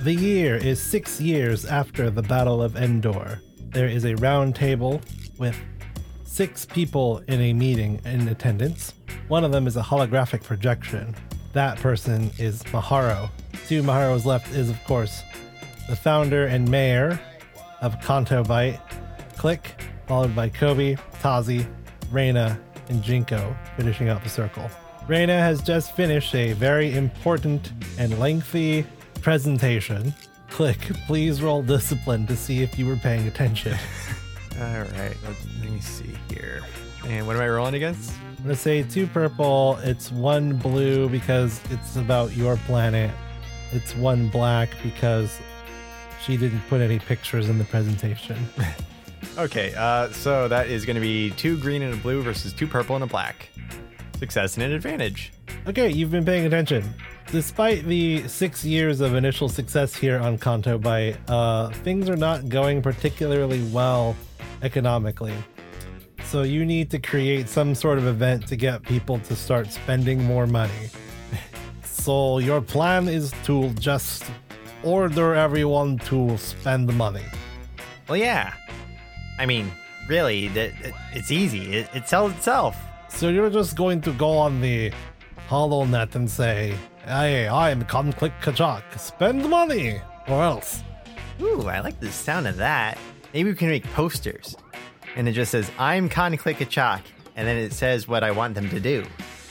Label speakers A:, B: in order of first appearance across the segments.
A: The year is six years after the Battle of Endor. There is a round table with six people in a meeting in attendance. One of them is a holographic projection. That person is Maharo. To Maharo's left is, of course, the founder and mayor of Kanto Bite, Click, followed by Kobe, Tazi, Reina, and Jinko, finishing out the circle. Reina has just finished a very important and lengthy presentation. Click, please roll discipline to see if you were paying attention.
B: All right, let, let me see here. And what am I rolling against?
A: I'm gonna say two purple, it's one blue because it's about your planet, it's one black because she didn't put any pictures in the presentation.
B: Okay, uh, so that is going to be two green and a blue versus two purple and a black. Success and an advantage.
A: Okay, you've been paying attention. Despite the six years of initial success here on Kanto Bite, uh, things are not going particularly well economically. So you need to create some sort of event to get people to start spending more money. so your plan is to just order everyone to spend money.
B: Well, yeah. I mean, really, that it, it's easy. It, it sells itself.
A: So you're just going to go on the HoloNet and say, Hey, I'm Conflict Kachak. Spend money, or else.
B: Ooh, I like the sound of that. Maybe we can make posters. And it just says, I'm Con Click a Chalk. And then it says what I want them to do.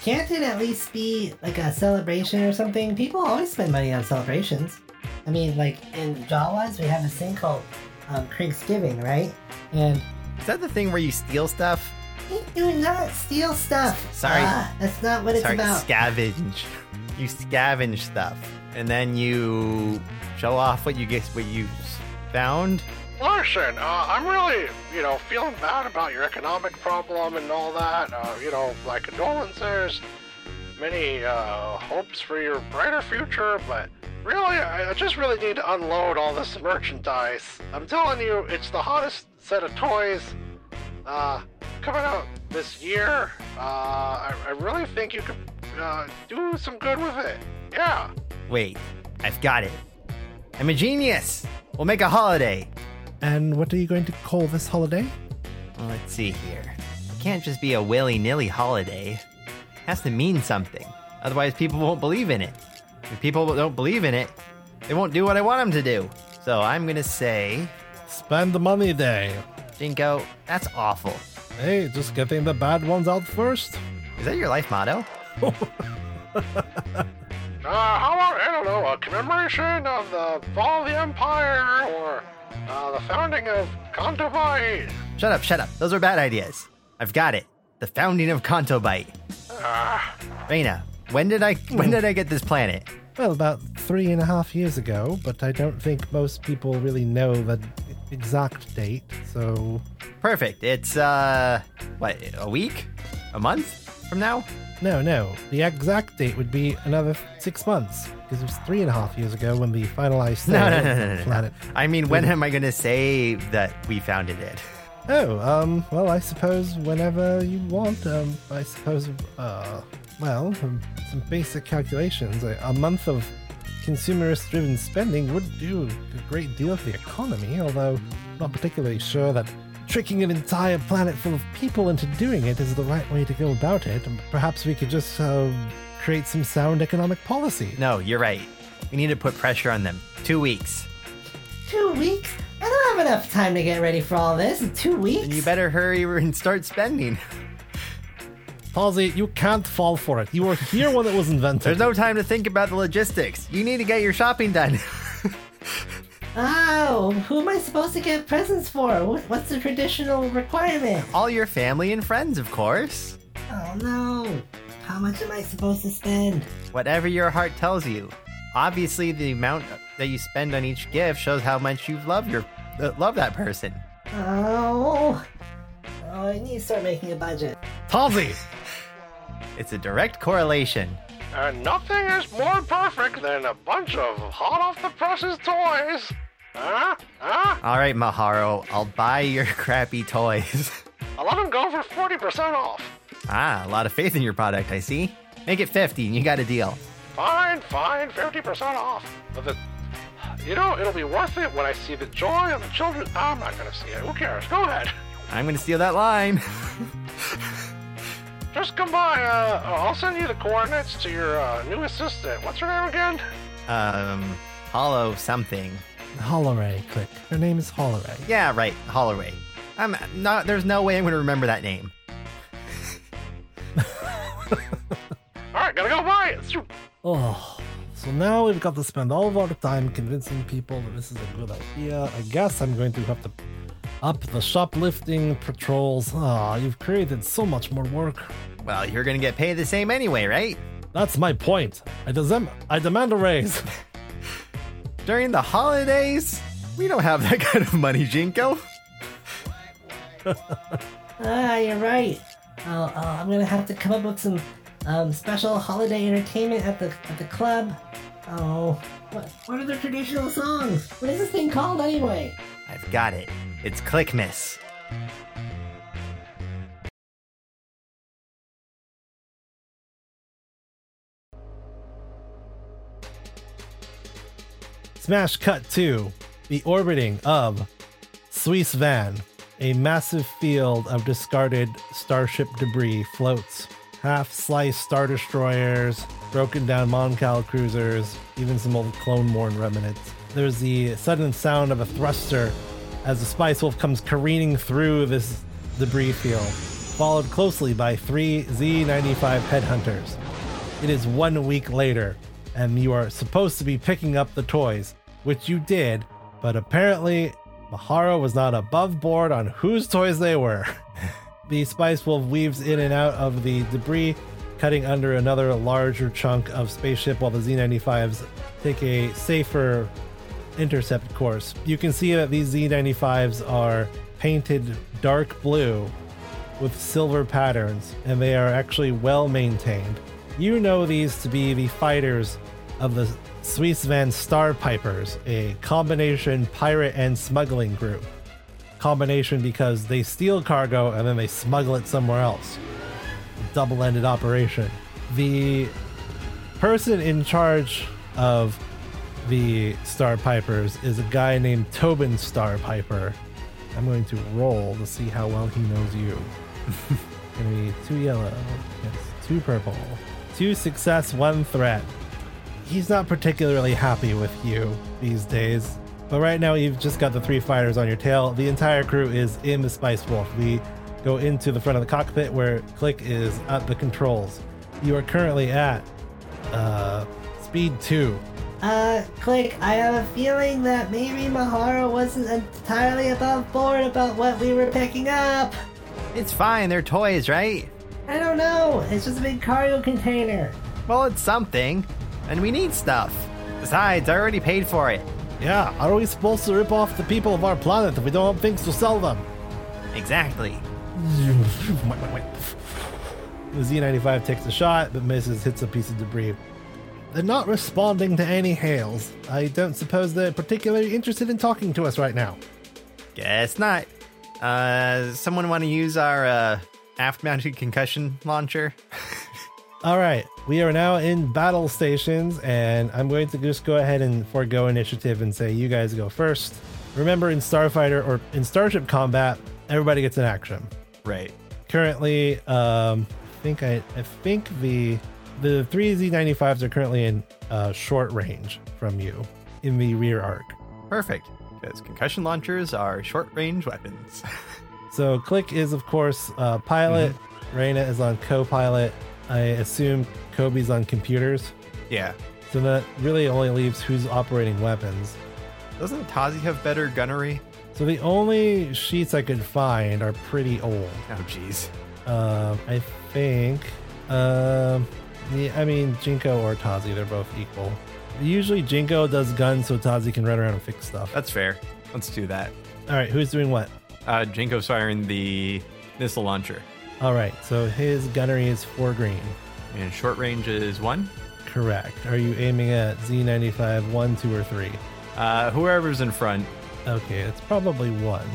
C: Can't it at least be like a celebration or something? People always spend money on celebrations. I mean, like in Jawas, we have this thing called um, Thanksgiving, right? And
B: Is that the thing where you steal stuff?
C: you do not steal stuff.
B: Sorry.
C: Ah, that's not what it's
B: Sorry,
C: about.
B: scavenge. You scavenge stuff. And then you show off what you get, what you s- found.
D: Larson, uh, I'm really, you know, feeling bad about your economic problem and all that. Uh, you know, my condolences, many uh, hopes for your brighter future, but really, I, I just really need to unload all this merchandise. I'm telling you, it's the hottest set of toys uh, coming out this year. Uh, I, I really think you could uh, do some good with it. Yeah.
B: Wait, I've got it. I'm a genius. We'll make a holiday.
A: And what are you going to call this holiday?
B: Well, let's see here. It can't just be a willy nilly holiday. It has to mean something. Otherwise, people won't believe in it. If people don't believe in it, they won't do what I want them to do. So I'm going to say,
A: Spend the Money Day.
B: Jinko, that's awful.
A: Hey, just getting the bad ones out first.
B: Is that your life motto?
D: Uh, how about, I don't know, a commemoration of the fall of the Empire or uh, the founding of Kantabai?
B: Shut up, shut up. Those are bad ideas. I've got it. The founding of Kanto Bite. Reina, when did I when did I get this planet?
A: Well, about three and a half years ago, but I don't think most people really know the exact date, so.
B: Perfect. It's uh what, a week? A month from now?
A: No, no. The exact date would be another six months, because it was three and a half years ago when the finalized sale
B: No, no,
A: of
B: no,
A: the
B: no, no, no, no.
A: planet.
B: I mean, when am I going to say that we founded it?
A: Oh, um, well, I suppose whenever you want, um, I suppose, uh, well, um, some basic calculations. A, a month of consumerist driven spending would do a great deal for the economy, although not particularly sure that tricking an entire planet full of people into doing it is the right way to go about it. Perhaps we could just, uh, create some sound economic policy.
B: No, you're right. We need to put pressure on them. Two weeks.
C: Two weeks? I don't have enough time to get ready for all this. In Two weeks?
B: And you better hurry and start spending.
A: Palsy, you can't fall for it. You were here when it was invented.
B: There's no time to think about the logistics. You need to get your shopping done.
C: Oh, who am I supposed to get presents for? Wh- What's the traditional requirement?
B: All your family and friends, of course.
C: Oh no. How much am I supposed to spend?
B: Whatever your heart tells you. Obviously, the amount that you spend on each gift shows how much you love your uh, love that person.
C: Oh. Oh, I need to start making a budget.
A: Palsy!
B: It's a direct correlation.
D: And nothing is more perfect than a bunch of hot off the presses toys. Huh? Huh?
B: All right, Maharo, I'll buy your crappy toys.
D: I let them go for 40% off.
B: Ah, a lot of faith in your product, I see. Make it 50 and you got a deal.
D: Fine, fine, 50% off. But the, You know, it'll be worth it when I see the joy of the children. I'm not gonna see it. Who cares? Go ahead.
E: I'm gonna steal that line.
D: Just come by. Uh, I'll send you the coordinates to your uh, new assistant. What's her name again?
E: um, hollow something.
A: Holloway, click. Her name is Holloway.
E: Yeah, right, Holloway. I'm not. There's no way I'm gonna remember that name.
D: All right, gotta go by. It's your-
A: Oh, so now we've got to spend all of our time convincing people that this is a good idea. I guess I'm going to have to up the shoplifting patrols. Ah, you've created so much more work.
E: Well, you're gonna get paid the same anyway, right?
A: That's my point. I, desem- I demand a raise.
E: During the holidays, we don't have that kind of money, Jinko.
C: Ah, you're right. Oh, oh, I'm gonna have to come up with some um, special holiday entertainment at the at the club. Oh, what, what are the traditional songs? What is this thing called anyway?
E: I've got it. It's Clickmas.
A: Smash cut to the orbiting of Swiss Van. A massive field of discarded starship debris floats. Half sliced Star Destroyers, broken down Moncal cruisers, even some old Clone Worn remnants. There's the sudden sound of a thruster as the Spice Wolf comes careening through this debris field, followed closely by three Z95 headhunters. It is one week later, and you are supposed to be picking up the toys, which you did, but apparently Mahara was not above board on whose toys they were. the Spice Wolf weaves in and out of the debris, cutting under another larger chunk of spaceship while the Z95s take a safer intercept course. You can see that these Z95s are painted dark blue with silver patterns, and they are actually well maintained. You know these to be the fighters of the Swiss Van Star Pipers, a combination pirate and smuggling group. Combination because they steal cargo and then they smuggle it somewhere else. Double ended operation. The person in charge of the Star Pipers is a guy named Tobin Star Piper. I'm going to roll to see how well he knows you. Gonna be two yellow, yes, two purple, two success, one threat. He's not particularly happy with you these days, but right now you've just got the three fighters on your tail. The entire crew is in the Spice Wolf. We go into the front of the cockpit where Click is at the controls. You are currently at uh, speed two.
C: Uh, click. I have a feeling that maybe Mahara wasn't entirely above board about what we were picking up.
E: It's fine. They're toys, right?
C: I don't know. It's just a big cargo container.
E: Well, it's something, and we need stuff. Besides, I already paid for it.
A: Yeah, are we supposed to rip off the people of our planet if we don't have things to sell them?
E: Exactly.
A: The Z95 takes a shot, but misses, hits a piece of debris. They're not responding to any hails. I don't suppose they're particularly interested in talking to us right now.
E: Guess not. Uh, someone want to use our uh, aft-mounted concussion launcher?
A: All right, we are now in battle stations, and I'm going to just go ahead and forego initiative and say you guys go first. Remember, in Starfighter or in Starship Combat, everybody gets an action.
E: right.
A: currently um i think i i think the the three z95s are currently in uh short range from you in the rear arc
E: Perfect. Because concussion launchers are short-range weapons.
A: so click is of course uh pilot Reyna is on co-pilot i assume kobe's on computers
E: yeah.
A: so that really only leaves who's operating weapons
E: Doesn't Tazi have better gunnery?
A: so the only sheets i could find are pretty old
E: Oh, jeez.
A: Um, I think. Um, yeah, I mean, Jinko or Tazi, they're both equal. Usually, Jinko does guns so Tazi can run around and fix stuff.
E: That's fair. Let's do that.
A: All right, who's doing what?
E: Uh, Jinko's firing the missile launcher.
A: All right, so his gunnery is four green.
E: And short range is one.
A: Correct. Are you aiming at Z95, one, two, or three?
E: Uh, whoever's in front.
A: Okay, it's probably one.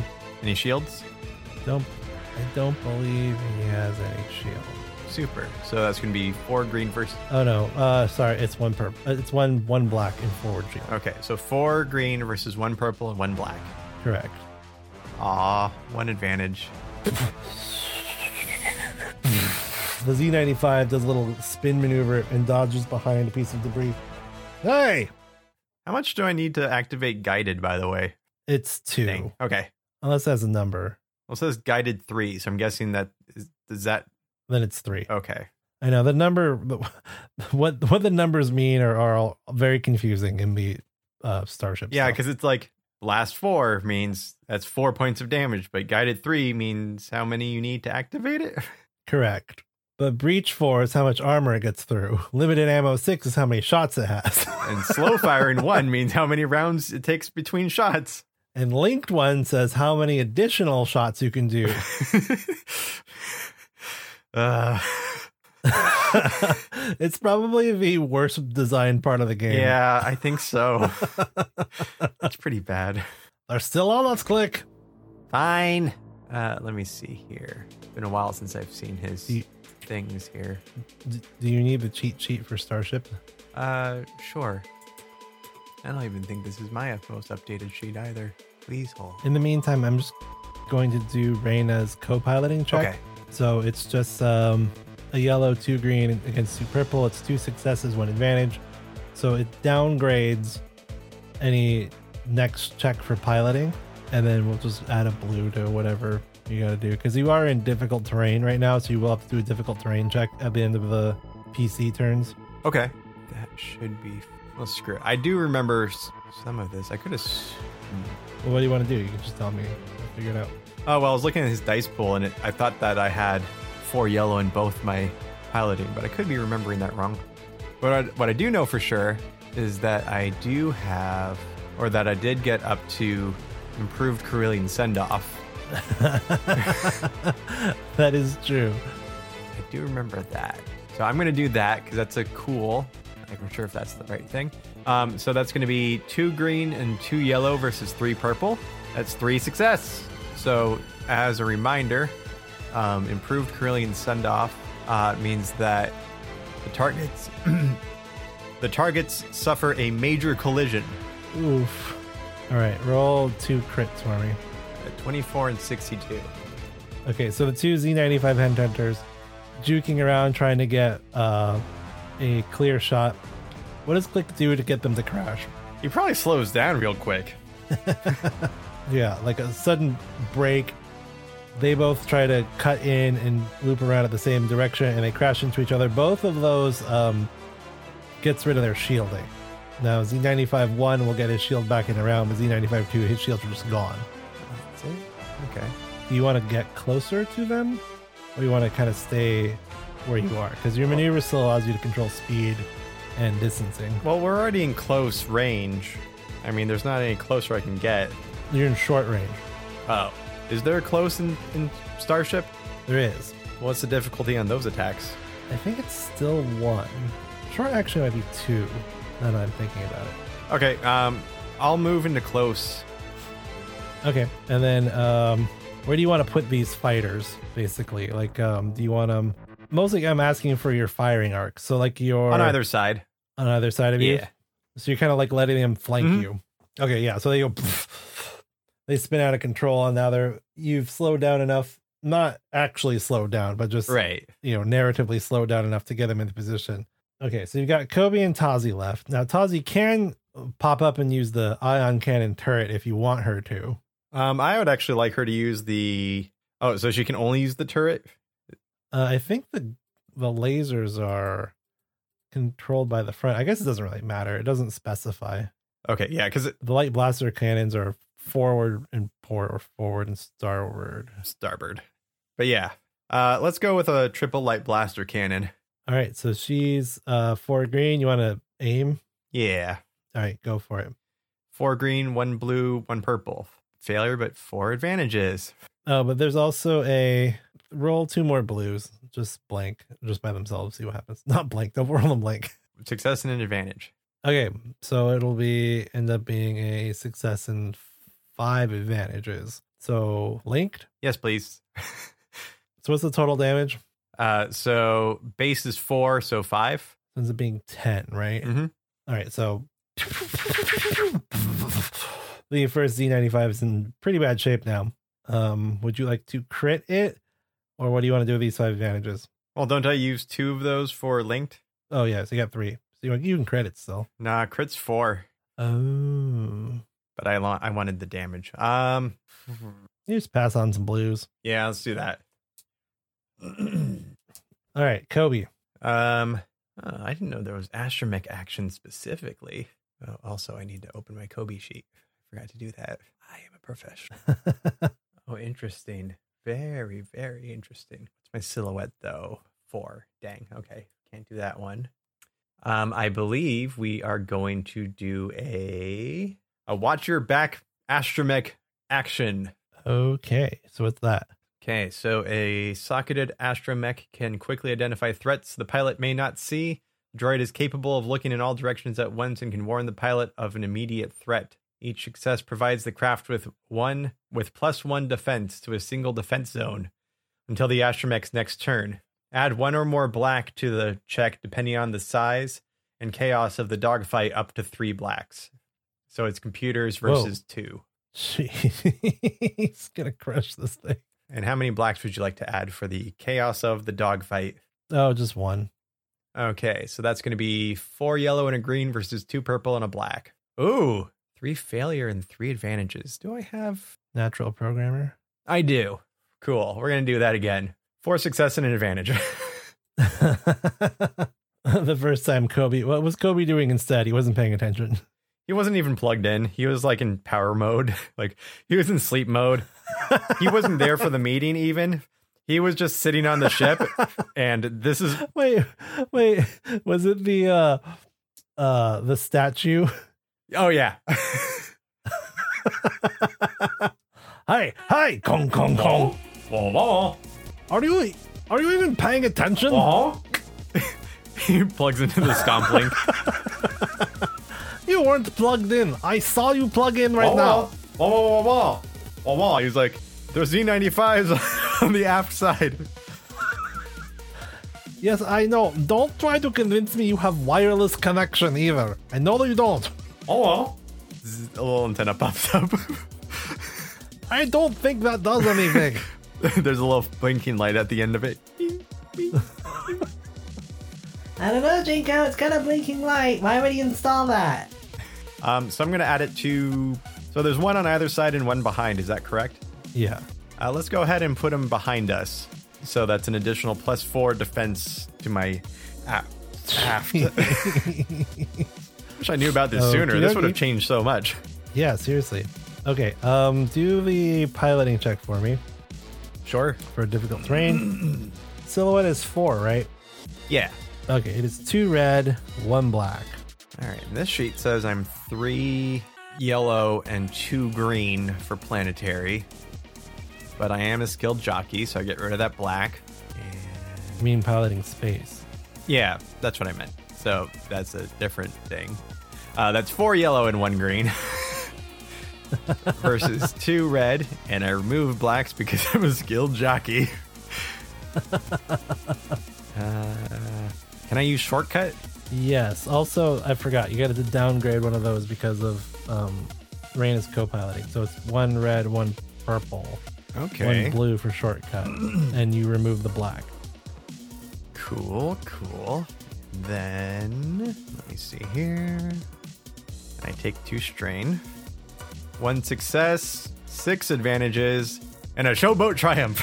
E: Any shields?
A: Don't. I don't believe he has any shield.
B: Super. So that's going to be four green versus.
A: Oh no, uh, sorry, it's one per, uh, it's one one black and four green.
B: Okay, so four green versus one purple and one black.
A: Correct.
B: Aw, one advantage.
A: The Z95 does a little spin maneuver and dodges behind a piece of debris. Hey,
B: How much do I need to activate guided, by the way?
A: it's two,
B: Dang. Okay.
A: unless it has a number,
B: Well, it says guided three, so I'm guessing that is, does that.
A: then it's three.
B: Okay.
A: I know the number, what what the numbers mean are, are all very confusing in the uh, Starship.
B: Yeah,
A: stuff.
B: because it's like blast four means that's four points of damage, but guided three means how many you need to activate it.
A: correct. But breach four is how much armor it gets through. Limited ammo six is how many shots it has.
B: And slow firing one means how many rounds it takes between shots.
A: And linked one says how many additional shots you can do.
B: uh,
A: it's probably the worst designed part of the game.
B: yeah, I think so. That's pretty bad.
A: There's still all let's click.
B: Fine. Uh, let me see here. Been a while since I've seen his
A: Do you-
B: things here.
A: D- do you need the cheat sheet for Starship?
B: Uh, sure. I don't even think this is my most updated sheet either. Please hold.
A: In the meantime, I'm just going to do Reyna's co-piloting check.
B: Okay.
A: So it's just um, a yellow, two green against two purple. It's two successes, one advantage. So it downgrades any next check for piloting, and then we'll just add a blue to whatever you got to do because you are in difficult terrain right now. So you will have to do a difficult terrain check at the end of the PC turns.
B: Okay. That should be. Well, screw it. I do remember s- some of this. I could have. s-
A: Well, what do you want to do? You can just tell me. I'll figure it out.
B: Oh well, I was looking at his dice pool, and it, I thought that I had four yellow in both my piloting, but I could be remembering that wrong. But I, what I do know for sure is that I do have, or that I did get up to improved Carillion send off.
A: that is true.
B: I do remember that. So I'm going to do that because that's a cool. Like, I'm sure if that's the right thing. Um, so that's going to be two green and two yellow versus three purple. That's three success. So as a reminder, um, improved Carillion send off uh, means that the targets the targets suffer a major collision.
A: Oof. All right, roll two crits for me.
B: At 24 and 62.
A: Okay, so the two Z95 headhunters juking around trying to get uh, a clear shot. What does click do to get them to crash?
B: He probably slows down real quick.
A: Yeah, like a sudden break. They both try to cut in and loop around at the same direction, and they crash into each other. Both of those um, gets rid of their shielding. Now Z95 one will get his shield back in the round, but Z95 two, his shields are just gone.
B: That's it. Okay.
A: Do you want to get closer to them, or you want to kind of stay where you are? Because your maneuver still allows you to control speed and distancing.
B: Well, we're already in close range. I mean, there's not any closer I can get.
A: You're in short range.
B: Oh. Is there a close in, in Starship?
A: There is.
B: What's the difficulty on those attacks?
A: I think it's still one. Short actually might be two. Now that I'm thinking about it.
B: Okay, um, I'll move into close.
A: Okay, and then um, where do you want to put these fighters? Basically, like, um, do you want them? Mostly, I'm asking for your firing arc. So, like your
B: on either side.
A: on either side of you.
B: Yeah.
A: So you're kind of like letting them flank
B: Mhm.
A: you. Okay, yeah. So they go, they spin out of control, and now they're you've slowed down enough, not actually slowed down, but just
B: Right.
A: you know narratively slowed down enough to get them into position. Okay, so you've got Kobe and Tazi left now. Tazi can pop up and use the ion cannon turret if you want her to.
B: Um, I would actually like her to use the. Oh, so she can only use the turret?
A: Uh, I think the the lasers are controlled by the front. I guess it doesn't really matter. It doesn't specify.
B: Okay, yeah, because
A: the light blaster cannons are forward and port or forward and starward.
B: starboard. But yeah, uh, let's go with a triple light blaster cannon.
A: All right, so she's uh four green. You want to aim?
B: Yeah.
A: All right, go for it.
B: Four green, one blue, one purple. Failure, but four advantages.
A: Oh, but there's also a roll two more blues, just blank, just by themselves. See what happens. Not blank. Don't roll them blank.
B: Success and an advantage.
A: Okay, so it'll be end up being a success and five advantages. So linked.
B: Yes, please.
A: So what's the total damage?
B: Uh, so base is four, so five.
A: ends up being 10, right?
B: Mhm.
A: All right, so the first Z95 is in pretty bad shape now. Um, would you like to crit it? Or what do you want to do with these five advantages?
B: Well, don't I use two of those for linked?
A: Oh, yeah, so you got three. So you, want, you can crit it still.
B: Nah, crit's four,
A: Oh.
B: but I lo- I wanted the damage. Um,
A: You just pass on some blues.
B: yeah, let's do that.
A: All right, Kobe.
B: Um, oh, I didn't know there was astromech action specifically. Oh, also, I need to open my Kobe sheet. I forgot to do that. I am a professional. Oh, interesting. Very, very interesting. What's my silhouette though? Four. Dang. Okay, can't do that one. Um, I believe we are going to do a a watch your back astromech action.
A: okay, so what's that?
B: Okay, so a socketed astromech can quickly identify threats the pilot may not see. droid is capable of looking in all directions at once and can warn the pilot of an immediate threat. Each success provides the craft with one with plus one defense to a single defense zone until the astromech's next turn. Add one or more black to the check depending on the size and chaos of the dogfight up to three blacks. So it's computers
A: Whoa.
B: versus two.
A: Jeez, he's gonna crush this thing.
B: And how many blacks would you like to add for the chaos of the dogfight?
A: Oh, just one.
B: Okay, so that's going to be four yellow and a green versus two purple and a black. Ooh, three failure and three advantages. Do I have?
A: Natural programmer.
B: I do. Cool. We're going to do that again. Four success and an advantage.
A: the first time Kobe, what was Kobe doing instead? He wasn't paying attention.
B: he wasn't even plugged in. He was like in power mode. Like he was in sleep mode. He wasn't there for the meeting even. He was just sitting on the ship. And this is
A: wait, wait. Was it the uh uh the statue?
B: oh yeah.
A: Hi, hi, Kong Kong Kong. Are you are you even paying attention?
B: he plugs into the stomp link.
A: You weren't plugged in. I saw you plug in right now.
B: Whoa, whoa, whoa, whoa, whoa, whoa. Oh, He's like, there's Z95s on the aft side.
A: Yes, I know. Don't try to convince me you have wireless connection either. I know that you don't.
B: Oh, Z- a little antenna pops up.
A: I don't think that does anything.
B: there's a little blinking light at the end of it.
C: I don't know, Jinko. It's got a blinking light. Why would he install that?
B: Um, so I'm going to add it to. So there's one on either side and one behind. Is that correct?
A: yeah.
B: Uh, let's go ahead and put them behind us. So that's an additional plus four defense to my a- aft. Wish I knew about this sooner. This would have
A: Okey-dokey.
B: changed so much.
A: Yeah, seriously. Okay, um, do the piloting check for me
B: Sure.
A: for difficult terrain. Silhouette is four, right?
B: Yeah.
A: Okay, it is two red, one black.
B: All right, and this sheet says I'm three yellow and two green for planetary, but I am a skilled jockey, so I get rid of that black.
A: I mean, piloting space.
B: Yeah, that's what I meant. So that's a different thing. Uh, that's four yellow and one green versus two red, and I remove blacks because I'm a skilled jockey. uh, can I use shortcut?
A: Yes. Also, I forgot you got to downgrade one of those because of um, rain is co-piloting, so it's one red, one purple,
B: Okay.
A: one blue for shortcut, and you remove the black.
B: Cool, cool. Then let me see here. I take two strain, one success, six advantages, and a showboat triumph.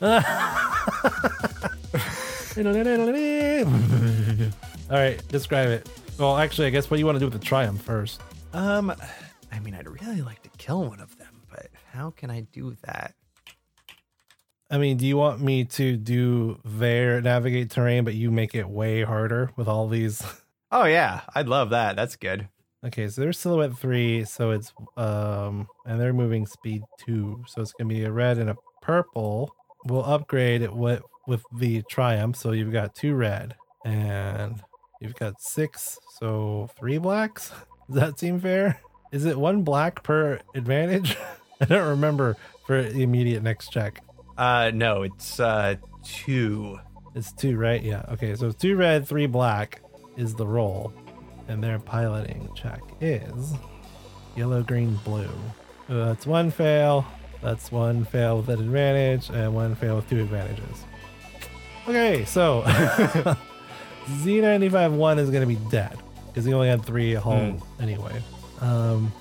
A: All right, describe it. Well, actually, I guess what do you want to do with the triumph first?
B: um, I mean, I'd really like to kill one of them, but how can I do that?
A: I mean, do you want me to do their navigate terrain, but you make it way harder with all these?
B: Oh yeah, I'd love that. That's good.
A: Okay, so there's silhouette three, so it's um, and they're moving speed two, so it's gonna be a red and a purple. We'll upgrade it with with the triumph, so you've got two red and you've got six, so three blacks. Does that seem fair? Is it one black per advantage? I don't remember for the immediate next check.
B: Uh, no, it's uh two.
A: It's two, right? Yeah. Okay, so two red, three black is the roll. And their piloting check is yellow, green, blue. So that's one fail. That's one fail with an advantage, and one fail with two advantages. Okay, so Z95-1 is going to be dead because he only had three hull anyway. Um,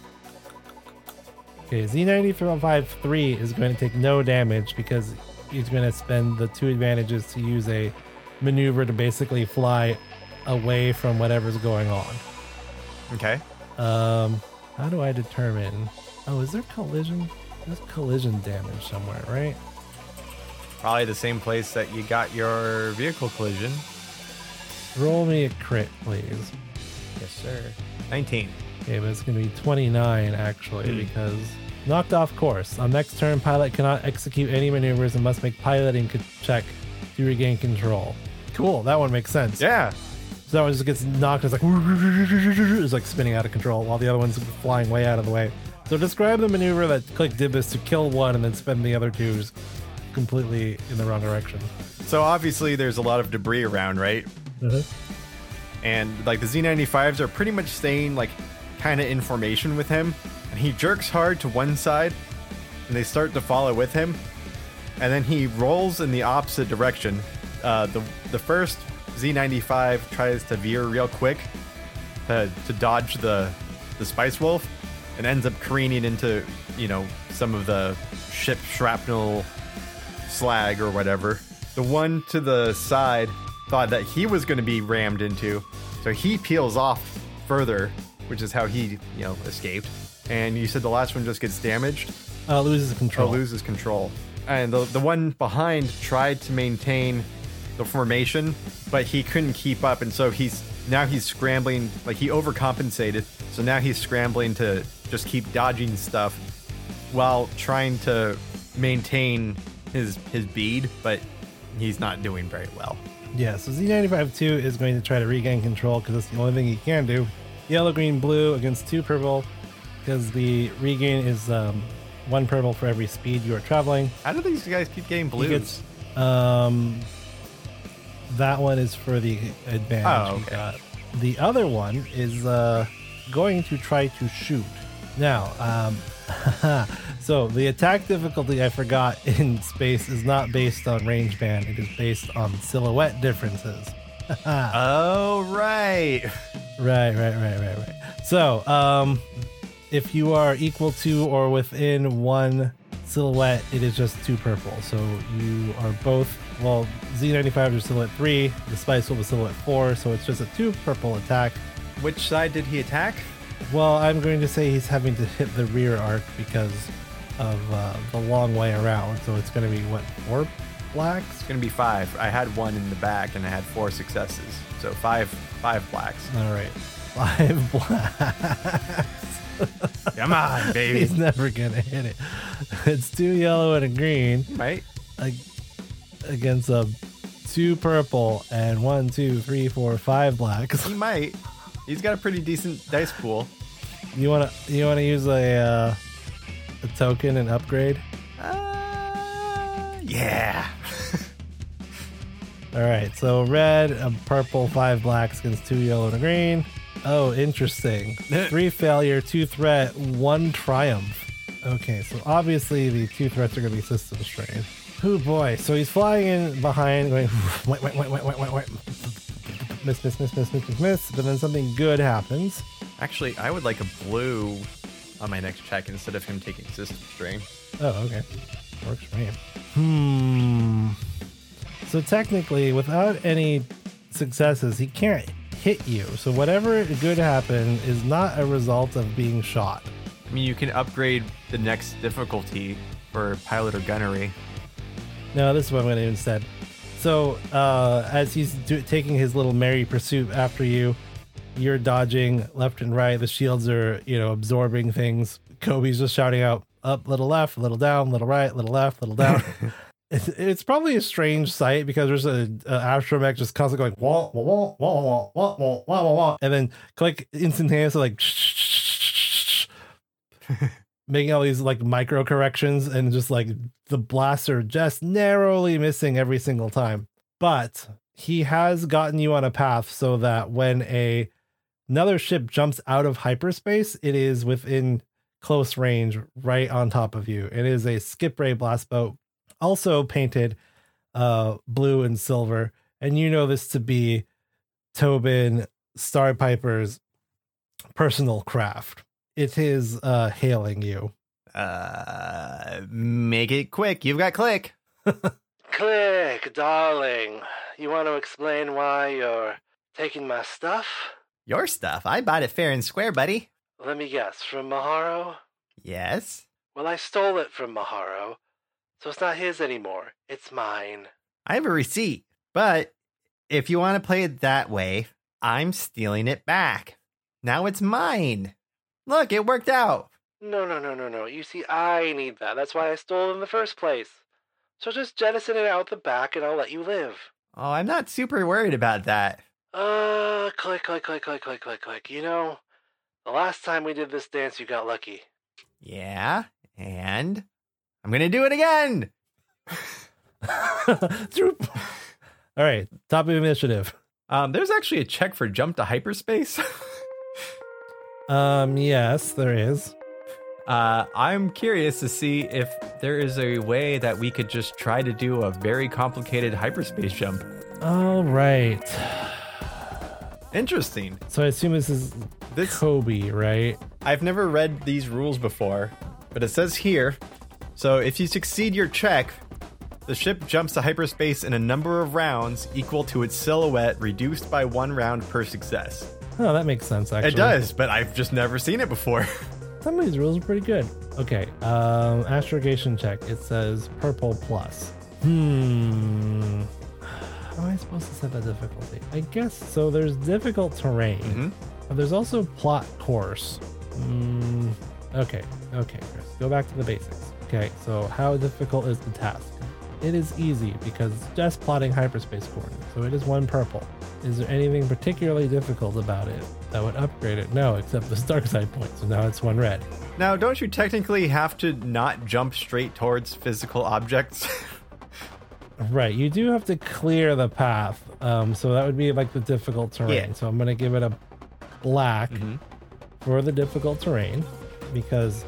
A: okay, Z95-3 is going to take no damage because he's going to spend the two advantages to use a maneuver to basically fly away from whatever's going on.
B: Okay.
A: Um, how do I determine? Oh, is there collision? There's collision damage somewhere, right?
B: Probably the same place that you got your vehicle collision.
A: Roll me a crit, please.
B: Yes, sir. 19.
A: Okay, but it's gonna be 29 actually because knocked off course. On next turn, pilot cannot execute any maneuvers and must make piloting co- check to regain control. Cool, that one makes sense.
B: Yeah.
A: So that one just gets knocked. It's like it's like spinning out of control, while the other one's flying way out of the way. So describe the maneuver that Click did this to kill one and then spend the other two just completely in the wrong direction.
B: So obviously there's a lot of debris around, right? and like the Z95s are pretty much staying like kind of in formation with him, and he jerks hard to one side, and they start to follow with him, and then he rolls in the opposite direction. Uh, the the first Z95 tries to veer real quick to, to dodge the the Spice Wolf, and ends up careening into you know some of the ship shrapnel slag or whatever. The one to the side thought that he was going to be rammed into, so he peels off further, which is how he, you know, escaped. And you said the last one just gets damaged
A: Uh, loses
B: or
A: control.
B: loses control. And the, the one behind tried to maintain the formation, but he couldn't keep up, and so he's now he's scrambling like he overcompensated. So now he's scrambling to just keep dodging stuff while trying to maintain his his bead, but he's not doing very well.
A: Yeah, so Z95-2 is going to try to regain control because that's the only thing he can do. Yellow, green, blue against two purple because the regain is um, one purple for every speed you are traveling.
B: How do these guys keep
A: He
B: getting blues?
A: gets, um, that one is for the advantage
B: Oh,
A: he
B: okay.
A: got. The other one is uh, going to try to shoot. Now, um, so the attack difficulty I forgot in space is not based on range band, it is based on silhouette differences.
B: oh right.
A: Right, right, right, right, right. So, um, if you are equal to or within one silhouette, it is just two purple. So you are both. Well, Z95 is silhouette three. The Spice Wolf is silhouette four. So it's just a two purple attack.
B: Which side did he attack?
A: Well, I'm going to say he's having to hit the rear arc because of uh, the long way around. So it's going to be what four blacks.
B: It's gonna be five. I had one in the back and I had four successes. So five five blacks.
A: All right, five black.
B: Come on, baby.
A: He's never gonna hit it. It's two yellow and a green.
B: right?
A: ag- against a two purple and one, two, three, four, five blacks.
B: He might. He's got a pretty decent dice pool.
A: You wanna you wanna use a uh, a token and upgrade?
B: Uh, yeah.
A: All right, so red, a purple, five blacks against two yellow and a green. Oh, interesting. Three failure, two threat, one triumph. Okay, so obviously the two threats are going to be system strain. Oh boy, so he's flying in behind, going, wait, wait, wait, wait, wait, wait, wait. Miss, miss, miss, miss, miss, miss, miss. But then something good happens.
B: Actually, I would like a blue on my next check instead of him taking system strain.
A: Oh, okay. Works for me. Hmm. So technically, without any successes, he can't hit you. So whatever good happen is not a result of being shot.
B: I mean, you can upgrade the next difficulty for pilot or gunnery.
A: No, this is what I'm going to do instead. So uh, as he's do- taking his little merry pursuit after you, you're dodging left and right. The shields are, you know, absorbing things. Kobe's just shouting out, up, little left, little down, little right, little left, little down. it's, it's probably a strange sight because there's a, a astromech just constantly going wah wah wah wah wah wah wah wah wah wah, and then click instantaneously like making all these like micro corrections and just like the blaster just narrowly missing every single time. But he has gotten you on a path so that when a another ship jumps out of hyperspace, it is within close range right on top of you. It is a skip ray blast boat, also painted uh blue and silver, and you know this to be Tobin Star Piper's personal craft. It is uh hailing you.
E: Uh, make it quick. You've got click.
D: Click, darling. You want to explain why you're taking my stuff?
E: Your stuff. I bought it fair and square, buddy.
D: Let me guess, from Maharo?
E: Yes.
D: Well, I stole it from Maharo, so it's not his anymore. It's mine.
E: I have a receipt, but if you want to play it that way, I'm stealing it back. Now it's mine. Look, it worked out.
D: No, no, no, no, no. You see, I need that. That's why I stole it in the first place. So just jettison it out the back and I'll let you live.
E: Oh, I'm not super worried about that.
D: Uh, click, click, click, click, click, click, click. You know, the last time we did this dance, you got lucky.
E: Yeah, and I'm gonna do it again.
A: Droop. All right, top of initiative.
B: Um, there's actually a check for jump to hyperspace.
A: Um, yes, there is.
B: Uh, I'm curious to see if there is a way that we could just try to do a very complicated hyperspace jump.
A: All right.
B: Interesting.
A: So I assume this is
B: This
A: Kobe, right?
B: I've never read these rules before, but it says here so if you succeed your check, the ship jumps to hyperspace in a number of rounds equal to its silhouette reduced by one round per success.
A: Oh, that makes sense. Actually,
B: It does, but I've just never seen it before.
A: Some of these rules are pretty good. Okay, um, astrogation check. It says purple plus. Hmm. How am I supposed to set that difficulty? I guess so. There's difficult terrain.
B: Mm-hmm.
A: But Uh, there's also plot course. Hmm. okay, okay, Chris. Go back to the basics. Okay, so how difficult is the task? It is easy because it's just plotting hyperspace coordinates, so it is one purple. Is there anything particularly difficult about it that would upgrade it? No, except this dark side point, so now it's one red.
B: now, don't you technically have to not jump straight towards physical objects?
A: Right, you do have to clear the path, um, so that would be like the difficult terrain.
E: Yeah.
A: So I'm gonna give it a black for the difficult terrain because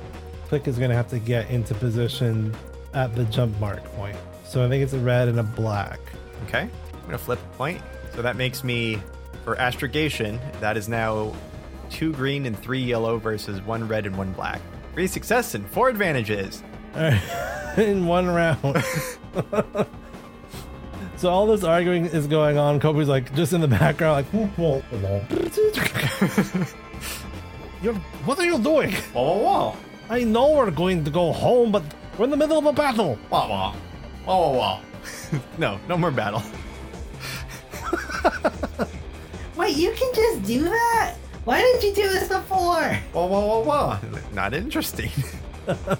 A: Click is gonna have to get into position at the jump mark point. So I think it's a red and a black.
B: Okay. I'm going to flip a point. So that makes me, for astrogation, that is now two green and three yellow versus one red and one black. Three success and four advantages.
A: All right, in one round. so all this arguing is going on. Kobe's like just in the background, like, "Well, well." You're, what are you doing?
B: Wah, wah, wah.
A: I know we're going to go home, but we're in the middle of a battle.
B: Wah, wah. Wah, wah, wah. no, no more battle.
C: Wait, you can just do that? Why didn't you do this before?
B: Wah, wah, wah, wah. Not interesting.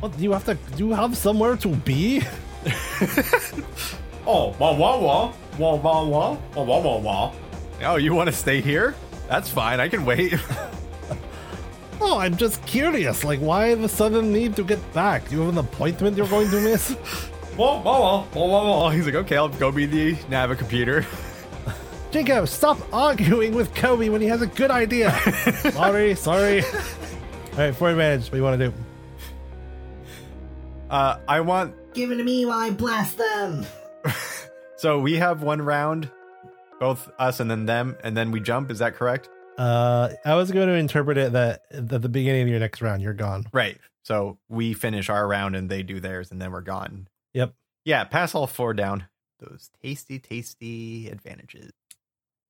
A: What, do you have to? Do you have somewhere to be?
B: oh, wah, wah, wah. Wah, wah, wah. Wah, wah, wah, wah. Oh, you want to stay here? That's fine. I can wait.
A: Oh, I'm just curious. Like, why the sudden need to get back? Do you have an appointment you're going to miss?
B: wah, wah, wah. Wah, wah, wah. Oh, He's like, okay, I'll go be the Nava computer.
A: Jinko, stop arguing with Kobe when he has a good idea. sorry, sorry. All right, four advantage. What do you want to do?
B: Uh, I want
C: Give it to me while I blast them.
B: So we have one round, both us and then them, and then we jump. Is that correct?
A: Uh, I was going to interpret it that at the beginning of your next round, you're gone.
B: Right. So we finish our round and they do theirs, and then we're gone.
A: Yep.
B: Yeah, pass all four down. Those tasty, tasty advantages.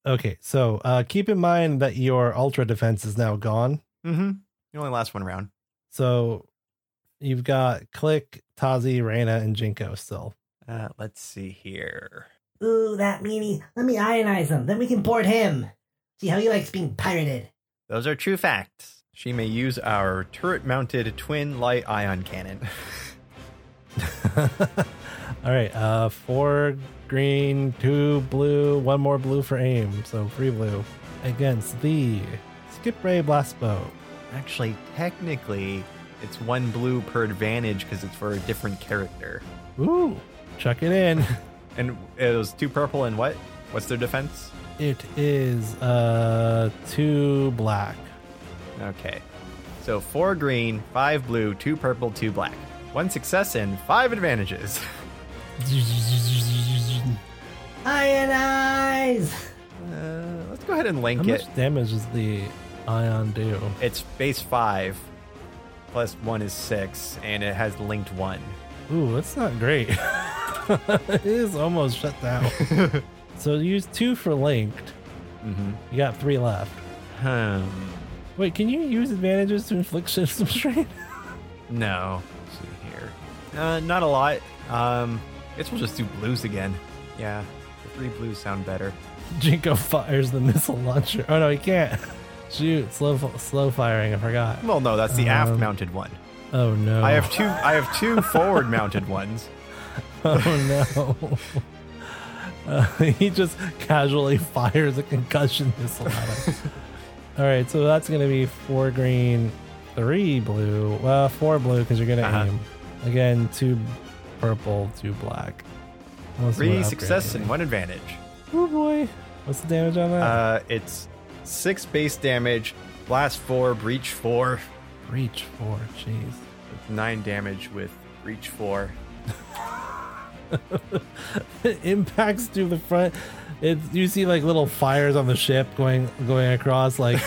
A: Okay, so uh, keep in mind that your ultra defense is now gone.
B: Mm-hmm. You only last one round.
A: So you've got Click, Tazi, Reyna, and Jinko still.
B: Uh, let's see here.
C: Ooh, that meanie. Let me ionize him. Then we can board him. See how he likes being pirated.
E: Those are true facts.
B: She may use our turret-mounted twin light ion cannon.
A: All right, uh, four green, two blue, one more blue for aim, so three blue against the Skip Ray Blast Bow.
B: Actually, technically, it's one blue per advantage because it's for a different character.
A: Ooh, chuck it in.
B: And it was two purple and what? What's their defense?
A: It is uh two black.
B: Okay. So four green, five blue, two purple, two black. One success and five advantages.
C: Ionize!
B: Uh, let's go ahead and link
A: How
B: it.
A: much damage does the ion do?
B: It's base five, plus one is six, and it has linked one.
A: Ooh, that's not great. it is almost shut down. so use two for linked.
B: Mm-hmm.
A: You got three left.
B: Hmm.
A: Wait, can you use advantages to inflict system strain?
B: No. Let's see here. Uh, not a lot. Um, guess we'll just do blues again. Yeah, the three blues sound better.
A: Jinko fires the missile launcher. Oh no, he can't. Shoot, slow slow firing. I forgot.
B: Well, no, that's the aft
A: Um,
B: mounted one.
A: Oh no.
B: I have two. I have two forward mounted ones.
A: Oh no. Uh, he just casually fires a concussion missile at us. All right, so that's going to be four green, three blue. Well, four blue because you're going to
B: Uh-huh.
A: aim. Again, two purple, two black. Unless you
B: Three
A: wanna upgrade
B: success and
A: anything.
B: one advantage.
A: Oh boy. What's the damage on that?
B: Uh, it's six base damage, blast four, breach four,
A: Reach four. Jeez.
B: with nine damage with breach four.
A: impacts through the front. It, you see like little fires on the ship going going across. Like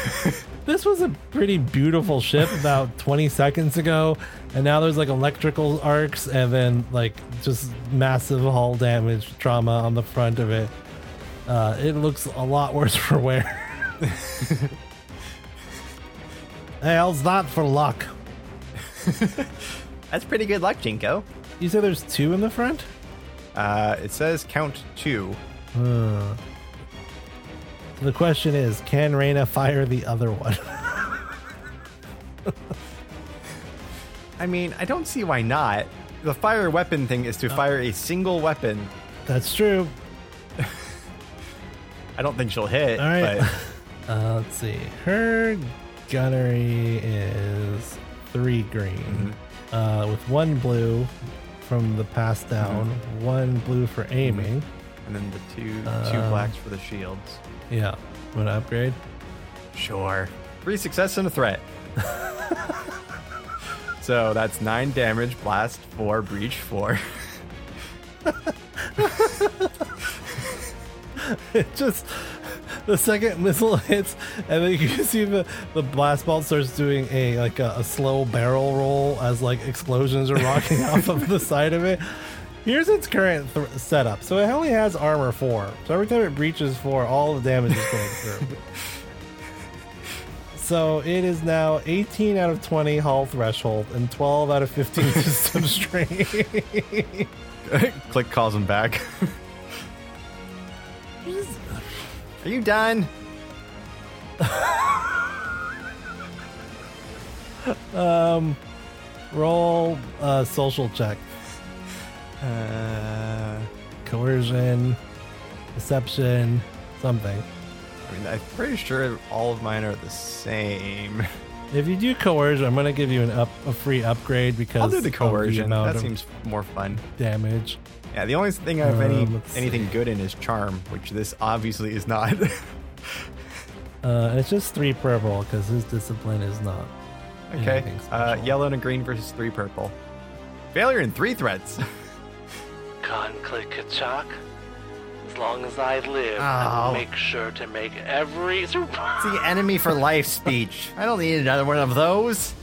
A: this was a pretty beautiful ship about 20 seconds ago, and now there's like electrical arcs and then like just massive hull damage trauma on the front of it. Uh, it looks a lot worse for wear. Hell's that for luck?
E: That's pretty good luck, Jinko.
A: You say there's two in the front?
B: Uh, it says count two.
A: Hmm. So the question is, can Reyna fire the other one?
B: I mean, I don't see why not. The fire weapon thing is
A: Oh.
B: to fire a single weapon.
A: That's true.
B: I don't think she'll hit.
A: All right.
B: But
A: Uh, let's see. Her gunnery is three green, uh, with one blue from the pass down, one blue for aiming.
B: and then the two two
A: Um,
B: blacks for the shields.
A: Yeah. Want to upgrade?
B: Sure. Three success and a threat. so that's nine damage, blast four, breach four.
A: It just the second missile hits, and then you can see the the blast ball starts doing a like a, a slow barrel roll as like explosions are rocking off of the side of it. Here's its current th- setup. So it only has armor four. So every time it breaches four, all the damage is going through. So it is now 18 out of 20 hull threshold and 12 out of 15 system strain.
B: Click calls him back. Are you done?
A: Roll uh, social check.
B: Uh,
A: coercion, deception, something.
B: I mean, I'm pretty sure all of mine are the same.
A: If you do coercion, I'm gonna give you an up a free upgrade because
B: I'll do the
A: of
B: coercion.
A: amount
B: That
A: of
B: seems more fun.
A: damage.
B: Yeah, the only thing I have any
A: Um, let's
B: anything good in is charm, which this obviously is not.
A: Uh, it's just three purple because his discipline is not.
B: okay,
A: Anything
B: uh,
A: special.
B: yellow and a green versus three purple. Failure in three threats.
D: Con Kachak. As long as I live, I
E: Ow.
D: will make sure to make every.
E: It's the enemy for life speech. I don't need another one of those.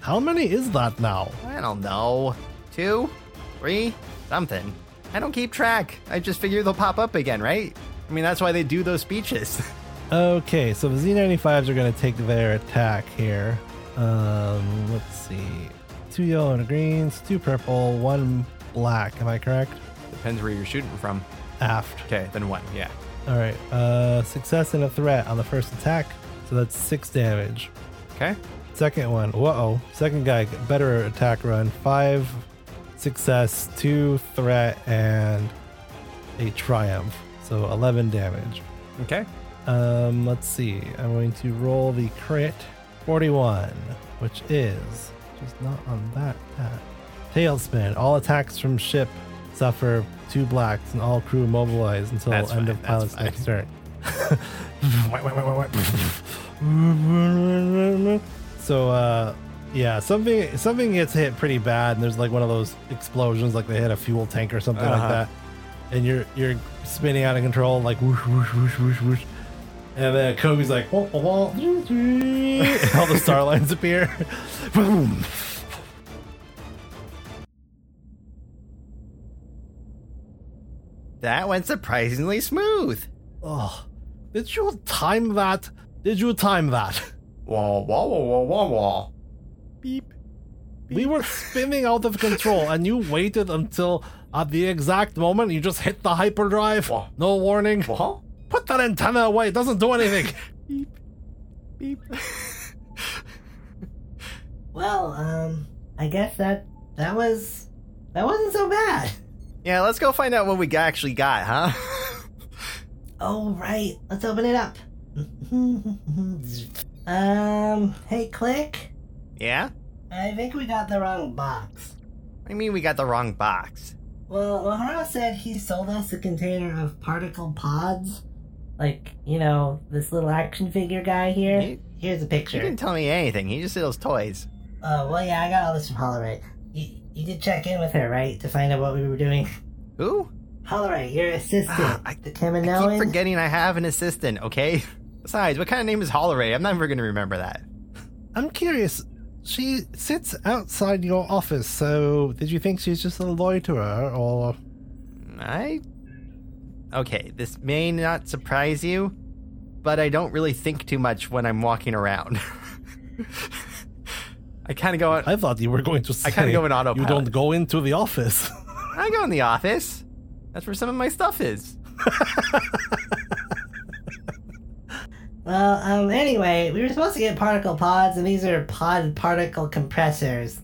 A: How many is that now?
E: I don't know. Two? Three? Something. I don't keep track. I just figure they'll pop up again, right? I mean, that's why they do those speeches.
A: Okay, so the Z95s are gonna take their attack here. Um, let's see, two yellow and a greens, two purple, one black. Am I correct?
B: Depends where you're shooting from.
A: Aft.
B: Okay, then one. Yeah.
A: All right. Uh, success and a threat on the first attack. So that's six damage.
B: Okay.
A: Second one, whoa. Second guy, better attack run. Five success, two threat, and a triumph. So 11 damage.
B: Okay.
A: Um, let's see. I'm going to roll the crit 41, which is just not on that attack. Tailspin. All attacks from ship suffer two blacks, and all crew mobilized until
F: That's
A: end
F: fine,
A: of
F: that's
A: pilot's
F: fine.
A: next turn. Wait, wait, wait, wait, wait. so, uh, yeah, something something gets hit pretty bad, and there's like one of those explosions, like they hit a fuel tank or something like
F: Uh-huh.
A: that, and you're you're spinning out of control, like whoosh, whoosh, whoosh, whoosh, whoosh. And then Kobe's like, "Wah, wah, wah, doo, doo." all the star lines appear. Boom.
B: That went surprisingly smooth.
A: Oh, did you time that? Did you time that?
F: Wah, wah, wah, wah, wah, wah. Beep.
A: We were spinning out of control, and you waited until at the exact moment you just hit the hyperdrive.
F: Wha-
A: No warning.
F: Wah.
A: Put that antenna away. It doesn't do anything.
F: Beep. Beep.
C: Well, um, I guess that that was that wasn't so bad.
B: Yeah, let's go find out what we g- actually got, huh?
C: Oh right, let's open it up. um, hey, click.
B: yeah?
C: I think we got the wrong box.
B: I mean, we got the wrong box.
C: Well, Mahara said he sold us a container of particle pods, like you know this little action figure guy here.
B: You-
C: Here's a
B: He
C: picture.
B: didn't tell me anything. He just sells toys.
C: Oh well, yeah, I got all this from Hollerite. You, you did check in with her, right, to find out what we were doing.
B: Who?
C: Hollerite, your assistant,
B: Ah, I- I
C: the
B: keep
C: Kaminoan.
B: forgetting I have an assistant, okay? Besides, what kind of name is Holleray? I'm never going to remember that.
A: I'm curious. She sits outside your office, so did you think she's just a loiterer, or
B: I. Okay, this may not surprise you, but I don't really think too much when I'm walking around.
F: I kind of go out.
A: I thought you were going to say
F: I kinda go in autopilot.
A: You don't go into the office.
B: I go in the office. That's where some of my stuff is.
C: Well, um, anyway, we were supposed to get particle pods, and these are pod particle compressors.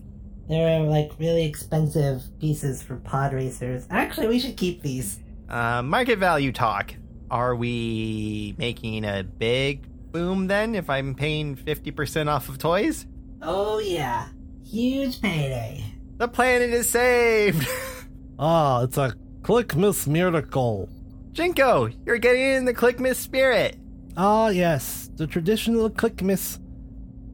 C: They're like really expensive pieces for pod racers. Actually, we should keep these.
B: Uh, market value talk. Are we making a big boom then if I'm paying 50% off of toys?
C: Oh, yeah. Huge payday.
B: The planet is saved!
A: ah, it's a click miss miracle.
B: Jinko, you're getting in the Click Miss spirit!
A: Ah, yes, the traditional click miss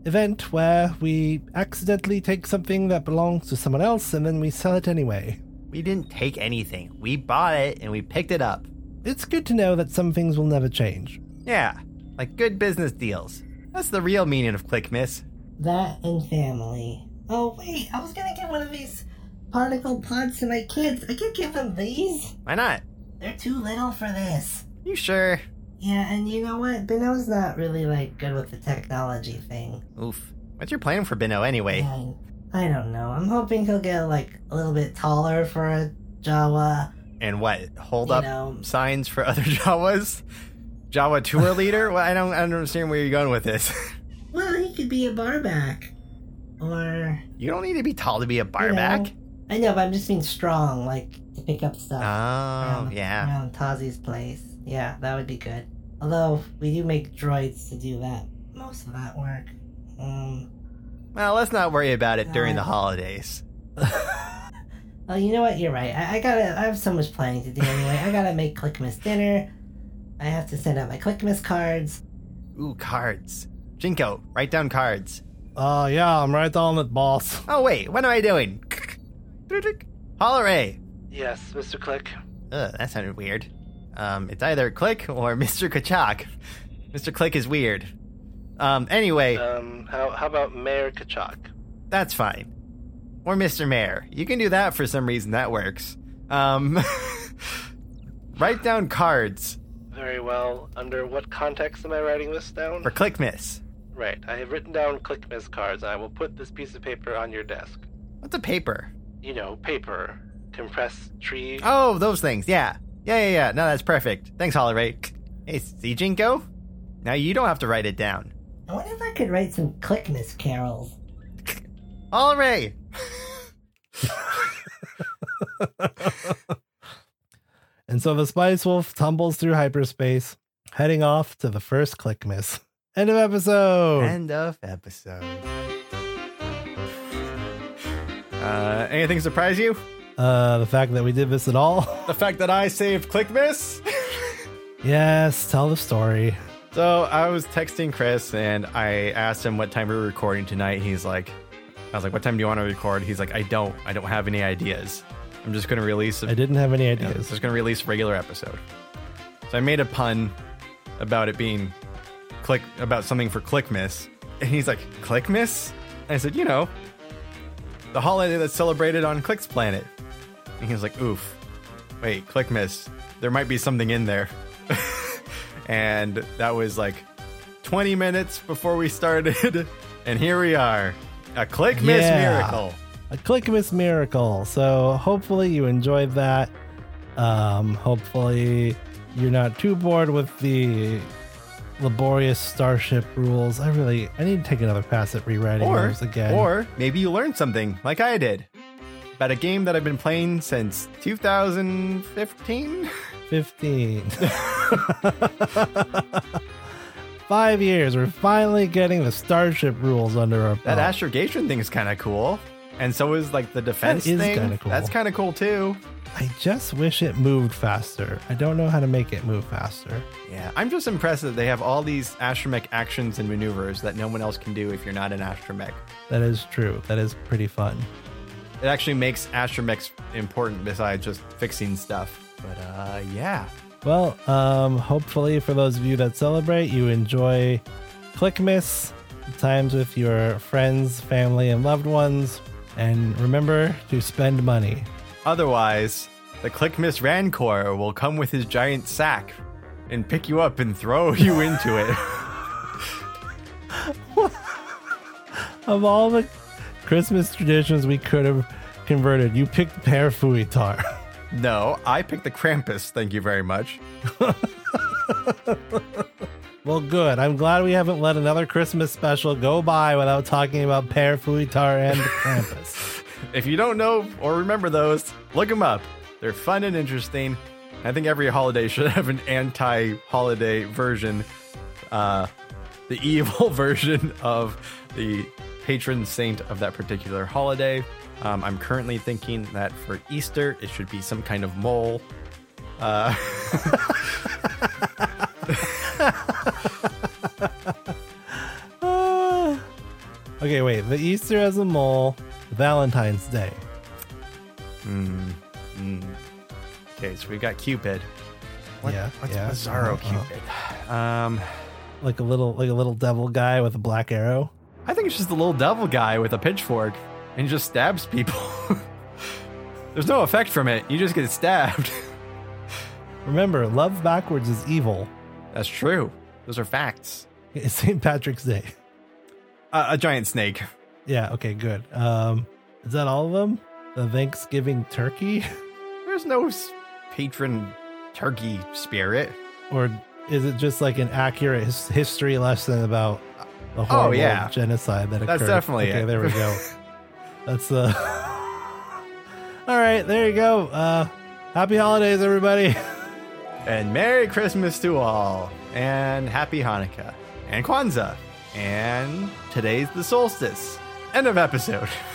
A: event where we accidentally take something that belongs to someone else and then we sell it anyway.
B: We didn't take anything. We bought it and we picked it up.
A: It's good to know that some things will never change.
B: Yeah, like good business deals. That's the real meaning of Click Miss.
C: That and family. Oh, wait, I was gonna give one of these particle pods to my kids. I can't give them these.
B: Why not?
C: They're too little for this.
B: You sure?
C: Yeah, and you know what? Bino's not really, like, good with the technology thing.
B: Oof. What's your plan for Bino anyway?
C: Dang. I don't know. I'm hoping he'll get like a little bit taller for a Jawa.
B: And what? Hold
C: you
B: up
C: know.
B: signs for other Jawas? Jawa tour leader? Well, I don't, I don't understand where you're going with this.
C: Well, he could be a barback, or
B: you don't need to be tall to be a barback.
C: I know, but I'm just being strong, like to pick up stuff
B: Oh, yeah.
C: around Tazi's place. Yeah, that would be good. Although we do make droids to do that most of that work. Um.
B: Well, let's not worry about it during the
C: Yeah.
B: holidays.
C: Oh, you know what? You're right. I, I gotta. I have so much planning to do anyway. I gotta make Clickmas dinner. I have to send out my Clickmas cards.
B: Ooh, cards. Jinko, write down cards.
A: Ah, yeah, I'm right on it, boss.
B: Oh wait, what am I doing? Holleray.
D: Yes, Mr. Click.
B: Ugh, that sounded weird. Um, it's either Click or Mr. Kachak. Mr. Click is weird. Um, anyway,
D: Um, how, how about Mayor Kachak?
B: that's fine. Or Mr. Mayor. You can do that for some reason. That works. Um, write down cards
D: Very well. Under what context am I writing this down?
B: for Click Miss.
D: Right. I have written down Click Miss cards. I will put this piece of paper on your desk.
B: What's a paper?
D: You know, paper. Compressed tree.
B: Oh, those things. Yeah. Yeah, yeah, yeah. No, that's perfect. Thanks, Holleray. Hey, see, Jinko? Now you don't have to write it down.
C: I wonder if I could write some Clickmas carols.
B: Holleray!
A: And so the Spice Wolf tumbles through hyperspace, heading off to the first click miss. End of
B: Oh.
A: episode.
E: End of episode.
B: Uh, anything surprise you?
A: uh, the fact that we did this at all.
B: The fact that I saved click miss?
A: yes, tell the story.
B: So I was texting Chris and I asked him what time we were recording tonight. He's like, I was like, what time do you want to record? He's like, I don't. I don't have any ideas. I'm just going to release a
A: I didn't have any
B: Yeah,
A: ideas.
B: just going to release a regular episode. So I made a pun about it being click about something for click miss. And he's like, click miss? And I said, you know, the holiday that's celebrated on Click's planet. And he was like, oof. Wait, click miss. There might be something in there. and that was like 20 minutes before we started. and here we are. A click miss
A: Yeah.
B: miracle.
A: A click miss miracle. So hopefully you enjoyed that. Um, hopefully you're not too bored with the laborious starship rules. I really I need to take another pass at rewriting
B: or,
A: those again.
B: Or maybe you learned something like I did about a game that I've been playing since 2015.
A: 15. Five years. We're finally getting the starship rules under our
B: That
A: belt.
B: astrogation thing is kind of cool. And so is like the defense
A: is
B: thing.
A: kinda cool.
B: That's kind of cool too.
A: I just wish it moved faster. I don't know how to make it move faster.
B: Yeah, I'm just impressed that they have all these astromech actions and maneuvers that no one else can do if you're not an astromech.
A: That is true. That is pretty fun.
B: It actually makes astromechs important besides just fixing stuff. But uh, yeah,
A: Well, um, hopefully for those of you that celebrate, you enjoy Clickmas times with your friends, family, and loved ones. And remember to spend money.
B: Otherwise, the Clickmas Rancor will come with his giant sack and pick you up and throw you into it.
A: Of all the Christmas traditions we could have converted, you picked pear fuitar.
B: No, I picked the Krampus, thank you very much.
A: well, good. I'm glad we haven't let another Christmas special go by without talking about pear fuitar and Krampus.
B: If you don't know or remember those, look them up. They're fun and interesting. I think every holiday should have an anti holiday version, uh, the evil version of the patron saint of that particular holiday. Um, I'm currently thinking that for Easter, it should be some kind of mole. Uh,
A: Ah. okay, wait. The Easter as a mole, Valentine's Day.
B: Mm. okay, so we've got Cupid.
A: yeah,
B: What's
A: yeah.
B: Bizarro
A: Uh-huh.
B: Cupid? Um,
A: Like a little, like a little devil guy with a black arrow.
B: I think it's just the little devil guy with a pitchfork and just stabs people. There's no effect from it. You just get stabbed.
A: Remember, love backwards is evil.
B: That's true. Those are facts.
A: It's St. Patrick's Day.
B: Uh, a giant snake.
A: Yeah. Okay. Good. Um, is that all of them? The Thanksgiving turkey,
B: There's no s- patron turkey spirit.
A: or is it just like an accurate his- history lesson about the horrible
B: Oh, yeah.
A: genocide that occurred?
B: That's definitely
A: okay.
B: it.
A: There we go. That's the. all right. There you go. Uh, happy holidays, everybody.
B: And Merry Christmas to all. And Happy Hanukkah. And Kwanzaa. And today's the solstice. End of episode.